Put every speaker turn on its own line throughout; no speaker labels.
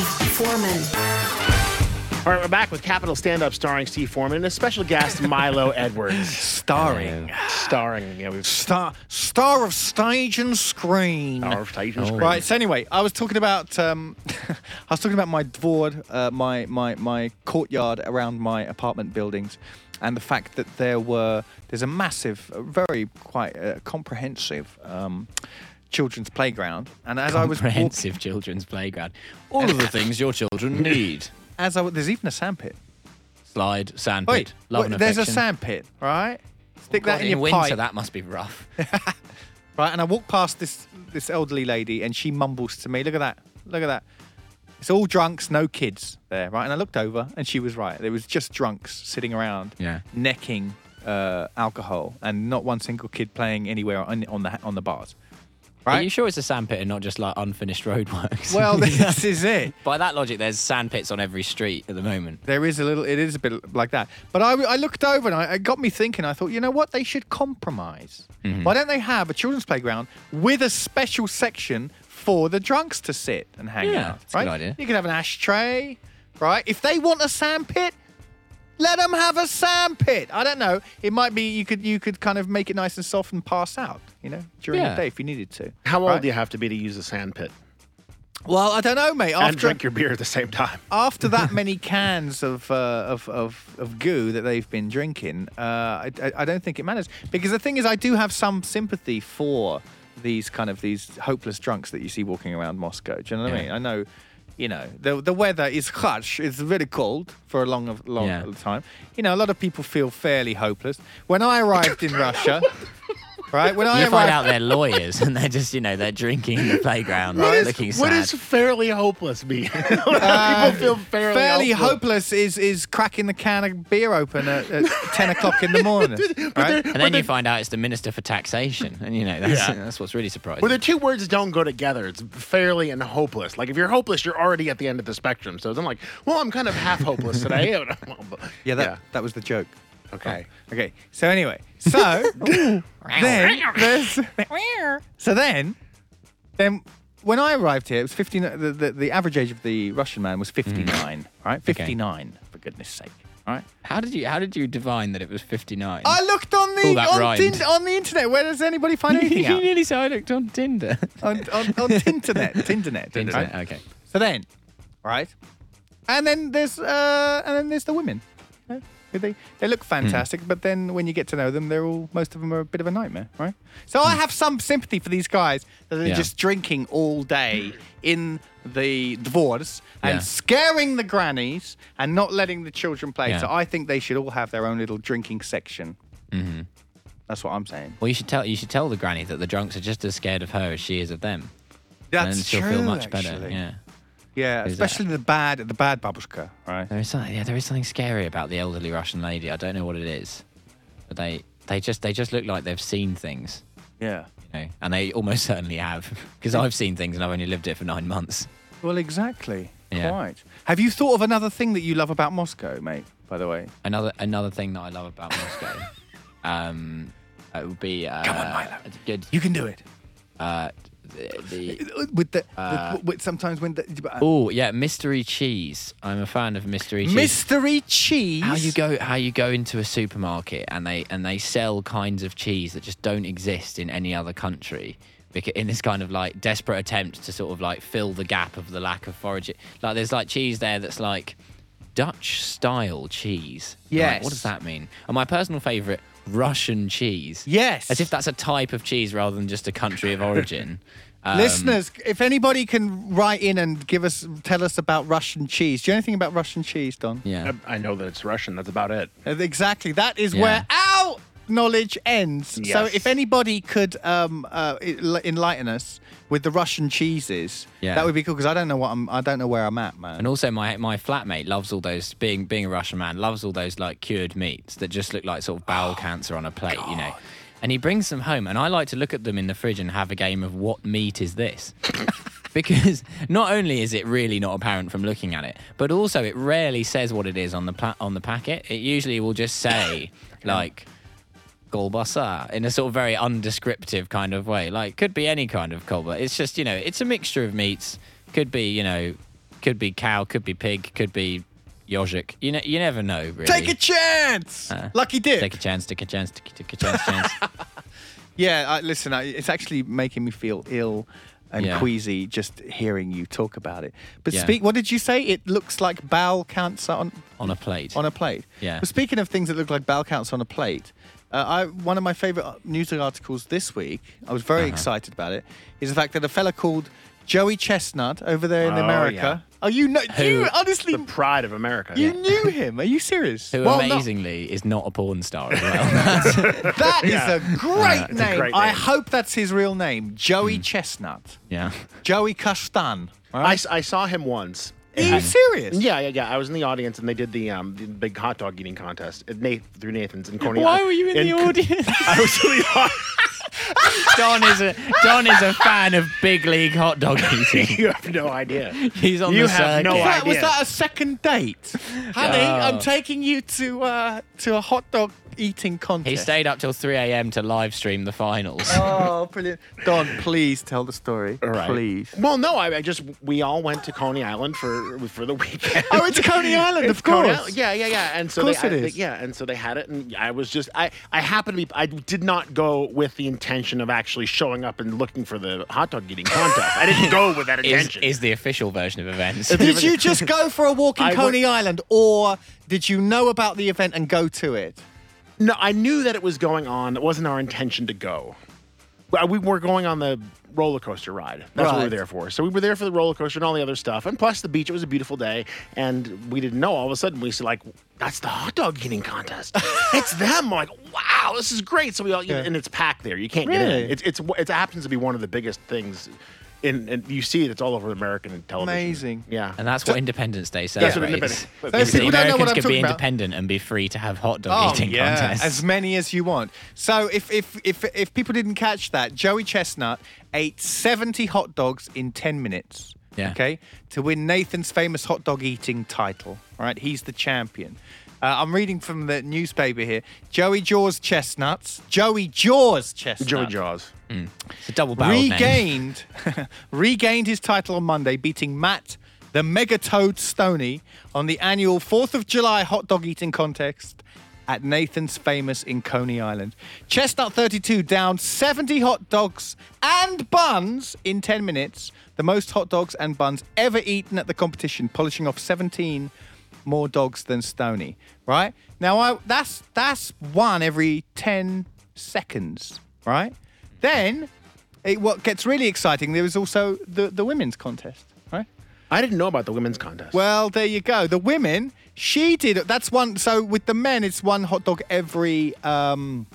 Foreman.
All right, we're back with Capital Stand Up starring Steve Foreman and a special guest, Milo Edwards.
Starring.
starring, yeah, we've
Star, star of stage and screen.
starved
Oh.
Titan Scream.
Right. So anyway, I was talking about um, I was talking about my dvored, uh, my my my courtyard around my apartment buildings, and the fact that there were there's a massive, a very quite uh, comprehensive um, children's playground, and as I was walk-
Comprehensive children's playground. All of the things your children need.
as I w- there's even a sandpit.
Slide, sandpit,
Wait,
love
wait,
and
there's a
affection.
sandpit, right? Stick
God,
that in,
in
your
winter,
pipe.
that must be rough.
right? And I walk past this this elderly lady, and she mumbles to me, "Look at that! Look at that! It's all drunks, no kids there, right?" And I looked over, and she was right. There was just drunks sitting around,
Yeah.
necking uh, alcohol, and not one single kid playing anywhere on, on the on the bars. Right?
Are you sure it's a sandpit and not just like unfinished roadworks?
Well, this is it.
by that logic, there's sandpits on every street at the moment.
There is a little, it is a bit like that. But I, I looked over and I, it got me thinking. I thought, you know what? They should compromise.
Mm-hmm.
Why don't they have a children's playground with a special section for the drunks to sit and hang
Yeah,
out?
that's a
Right?
good idea.
You could have an ashtray, right? If they want a sandpit, let them have a sandpit. I don't know. It might be you could you could kind of make it nice and soft and pass out, you know, during
Yeah.
the day if you needed to.
How old
right?
do you have to be to use a sandpit
Well, I don't know, mate.
and
After
drink your beer at the same time?
after that many cans of, uh, of, of, of goo that they've been drinking, uh, I, I, I don't think it matters. Because the thing is, I do have some sympathy for these kind of these hopeless drunks that you see walking around Moscow. Do you know what I
Yeah.
mean? I know, you know, the, the weather is harsh. It's really cold for a long, of- long
Yeah.
time. You know, a lot of people feel fairly hopeless. When I arrived in Russia, right? When I
You
arrived,
find out they're lawyers and they're just, you know, they're drinking in the playground, like, looking sad.
what is fairly hopeless mean? People feel Uh, fairly,
fairly hopeless is is cracking the can of beer open at, at 10 o'clock in the morning right?
and then you find out it's the Minister for Taxation. And, you know, that's,
Yeah.
that's what's really surprising.
Well, the two words don't go together. It's fairly and hopeless. Like if you're hopeless, you're already at the end of the spectrum. So I'm like, well, I'm kind of half hopeless today.
yeah that, that was the joke Oh.
yeah. Okay.
okay so anyway so then there's- so then then when i arrived here it was 59 the, the, the average age of the russian man was 59 right 59 for goodness sake right
how did you how did you divine that it was 59?
i looked on
All
the
that
on,
rhymed.
tin- on the internet where does anybody find anything
you
out
nearly said I looked on Tinder.
on on, on tinternet tinternet right?
Internet, okay.
So then, right, and then there's uh, and then there's the women. Huh? They they look fantastic, but then when you get to know them, they're all most of them are a bit of a nightmare, right? So I have some sympathy for these guys that are
Yeah.
just drinking all day in the dvors and
Yeah.
scaring the grannies and not letting the children play.
Yeah.
So I think they should all have their own little drinking section. Mm-hmm. That's what I'm saying.
Well, you should tell you should tell the granny that the drunks are just as scared of her as she is of them. and
That's
then she'll
true.
feel much better.
actually.
Yeah.
Yeah,
Is that-
especially the bad the bad babushka, right?
There is something, yeah, there is something scary about the elderly Russian lady. I don't know what it is, but they they just they just look like they've seen things,
Yeah.
you know, and they almost certainly have because I've seen things and I've only lived it for nine months.
Well, exactly.
Yeah.
Quite. Have you thought of another thing that you love about Moscow, mate? By the way.
Another another thing that I love about Moscow, um, it would be uh, come on, Milo. Good,
You can do it.
uh, the, the
With the, with, with sometimes when the uh,
Uh, oh yeah, mystery cheese. I'm a fan of mystery cheese.
mystery cheese.
how you go how you go into a supermarket and they and they sell kinds of cheese that just don't exist in any other country because in this kind of like desperate attempt to sort of like fill the gap of the lack of forage like there's like cheese there that's like dutch style cheese You're like,
Yes.
what does that mean and my personal favorite russian cheese
Yes.
as if that's a type of cheese rather than just a country of origin Um,
Listeners, if anybody can write in and give us tell us about Russian cheese. Do you know anything about Russian cheese, Don?
yeah
I know that it's Russian. That's about it.
Uh, Exactly. That is
Yeah.
where our knowledge ends. So
Yes.
if anybody could um, uh, en- enlighten us with the Russian cheeses,
Yeah.
that would be cool because I don't know what I'm I don't know where I'm at, man.
And also, my my flatmate loves all those being being a Russian man loves all those like cured meats that just look like sort of bowel cancer on a plate, you know. And he brings them home, and I like to look at them in the fridge and have a game of what meat is this. Because not only is it really not apparent from looking at it, but also it rarely says what it is on the pla- on the packet. It usually will just say like kolbasa in a sort of very undescriptive kind of way. Like could be any kind of kolba. It's just you know, it's a mixture of meats. Could be you know, Could be cow, could be pig, could be Yozhik. You know, you never know. Really. Uh,
Take a chance. Lucky dip.
Take a chance. Take a chance. Take a, take a chance. chance.
Yeah, I, listen, I, it's actually making me feel ill and
Yeah.
queasy just hearing you talk about it. But
Yeah.
speak, what did you say? It looks like bowel cancer on
On a plate.
on a plate.
Yeah.
But speaking of things that look like bowel cancer on a plate, uh, I one of my favorite news articles this week. I was
Uh-huh.
very excited about it. Is the fact that a fella called Joey Chestnut over there in
Oh,
America. Oh, you know,
Who-
you honestly,
The pride of America.
you knew him. Are you serious?
Who
Well, no.
amazingly is not a porn star as well.
That is a great
it's a
name.
great
I
name.
hope that's his real name, Joey
Hmm.
Chestnut.
yeah.
Joey Custan.
I,
Right?
s- I saw him once.
Are you serious?
Yeah, yeah, yeah. I was in the audience, and they did the um the big hot dog eating contest at Nath- through Nathan's in Coney
Why
Island.
were you in the
Co-
audience?
I was in the audience.
Don is a Don is a fan of big league hot dog eating.
You have no idea.
He's on
You
the
have no
circuit.
Was that, was
idea.
that a second date? Honey, I'm taking you to uh, to a hot dog eating contest.
He stayed up till 3 a.m. to live stream the finals.
Oh, brilliant. Don, please tell the story.
All right.
Please.
Well, no, I, I just we all went to Coney Island for for the weekend.
Oh, it's Coney Island,
It's
of
Coney
course.
Island. Yeah, yeah, yeah. And so
course
they,
it
I- they-
is.
yeah, and so they had it, and I was just I I happened to be I did not go with the intention of actually showing up and looking for the hot dog eating contest. I didn't go with that
Is,
intention.
is the official version of events.
Did you just go for a walk in
I
Coney
went-
Island, or did you know about the event and go to it?
No, I knew that it was going on. It wasn't our intention to go. Well, We were going on the roller coaster ride. That's what we
Right.
were there for. So we were there for the roller coaster and all the other stuff, and plus the beach. It was a beautiful day, and we didn't know. All of a sudden, we see like that's the hot dog eating contest. it's them. I'm like, wow, this is great. So we all and it's packed there. You can't get
Really?
in. It's it's it happens to be one of the biggest things, in and you see it. It's all over American television.
Amazing.
Yeah.
and that's what Independence Day
That's
celebrates.
what Independence-
Those
Is that
people don't know what
Americans
I'm
can be
talking about.
independent and be free to have hot dog eating contests.
Oh, as many as you want. So if if if if people didn't catch that, Joey Chestnut ate seventy hot dogs in ten minutes.
Yeah.
Okay, to win Nathan's famous hot dog eating title. All right, he's the champion. Uh, I'm reading from the newspaper here. Joey Jaws Chestnuts. Joey Jaws Chestnuts
Joey Jaws.
it's a double barrel name.
regained regained his title on Monday, beating Matt the Mega Toad Stony on the annual Fourth of July hot dog eating contest at Nathan's Famous in Coney Island. Chestnut 32 down 70 hot dogs and buns in 10 minutes, the most hot dogs and buns ever eaten at the competition, polishing off 17 more dogs than Stony. Right now, I that's that's one every 10 seconds. Right then, it, what gets really exciting, there was also the, the women's contest, right?
I didn't know about the women's contest.
Well, there you go. The women, she did. That's one. So with the men, it's one hot dog every um,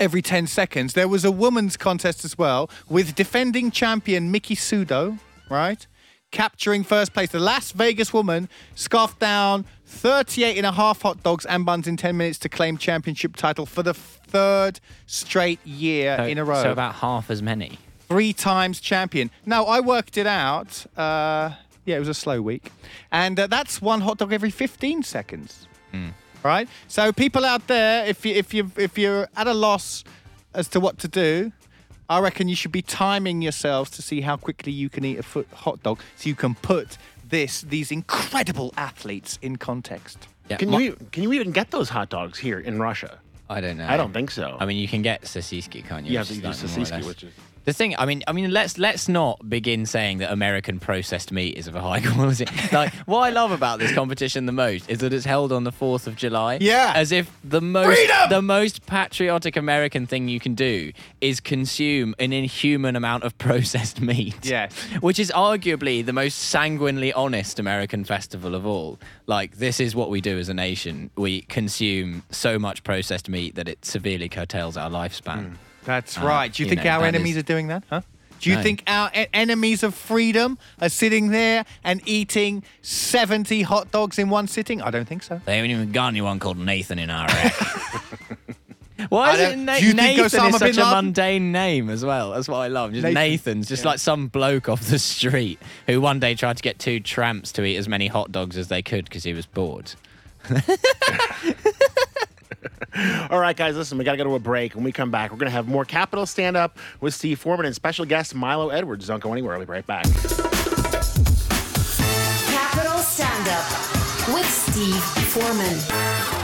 every ten seconds. There was a women's contest as well with defending champion Mickey Sudo, right? Capturing first place, the Las Vegas woman scarfed down 38 and a half hot dogs and buns in 10 minutes to claim championship title for the third straight year
So-
in a row
So about half as many.
three times champion. No, I worked it out. Uh, yeah, it was a slow week, and uh, that's one hot dog every 15 seconds. Right. So people out there, if you if you if you're at a loss as to what to do. I reckon you should be timing yourselves to see how quickly you can eat a foot hot dog, so you can put this these incredible athletes in context.
Yeah, Oh.
can
my-
you can you even get those hot dogs here in Russia?
I don't know.
I don't think so.
I mean, you can get Sasiski, can't you?
Yeah,
Which
but
is
you do
like more or
Sasiski,
less-
which is-
the thing. I mean, I mean, let's let's not begin saying that American processed meat is of a high quality. like, what I love about this competition the most is that it's held on the Fourth of July.
Yeah.
as if the most the most patriotic American thing you can do is consume an inhuman amount of processed meat.
Yes.
which is arguably the most sanguinely honest American festival of all. Like, this is what we do as a nation. We consume so much processed meat that it severely curtails our lifespan.
That's
Uh,
right. Do you,
you
think
know,
our
that
enemies
is-
are doing that? Huh? Do you
No.
think our e- enemies of freedom are sitting there and eating 70 hot dogs in one sitting? I don't think so.
They haven't even got anyone called Nathan in Iraq. Why
I
is it
don't-
Na-
do you think
Nathan is
Osama bin
such a
Laden-
mundane name as well? That's what I love. Just
Nathan.
Nathan's just like some bloke off the street who one day tried to get two tramps to eat as many hot dogs as they could because he was bored.
All right, guys, listen, we got to go to a break. When we come back, we're going to have more Capital Stand Up with Steve Foreman and special guest Milo Edwards. Don't go anywhere. I'll be right back.
with Steve Foreman.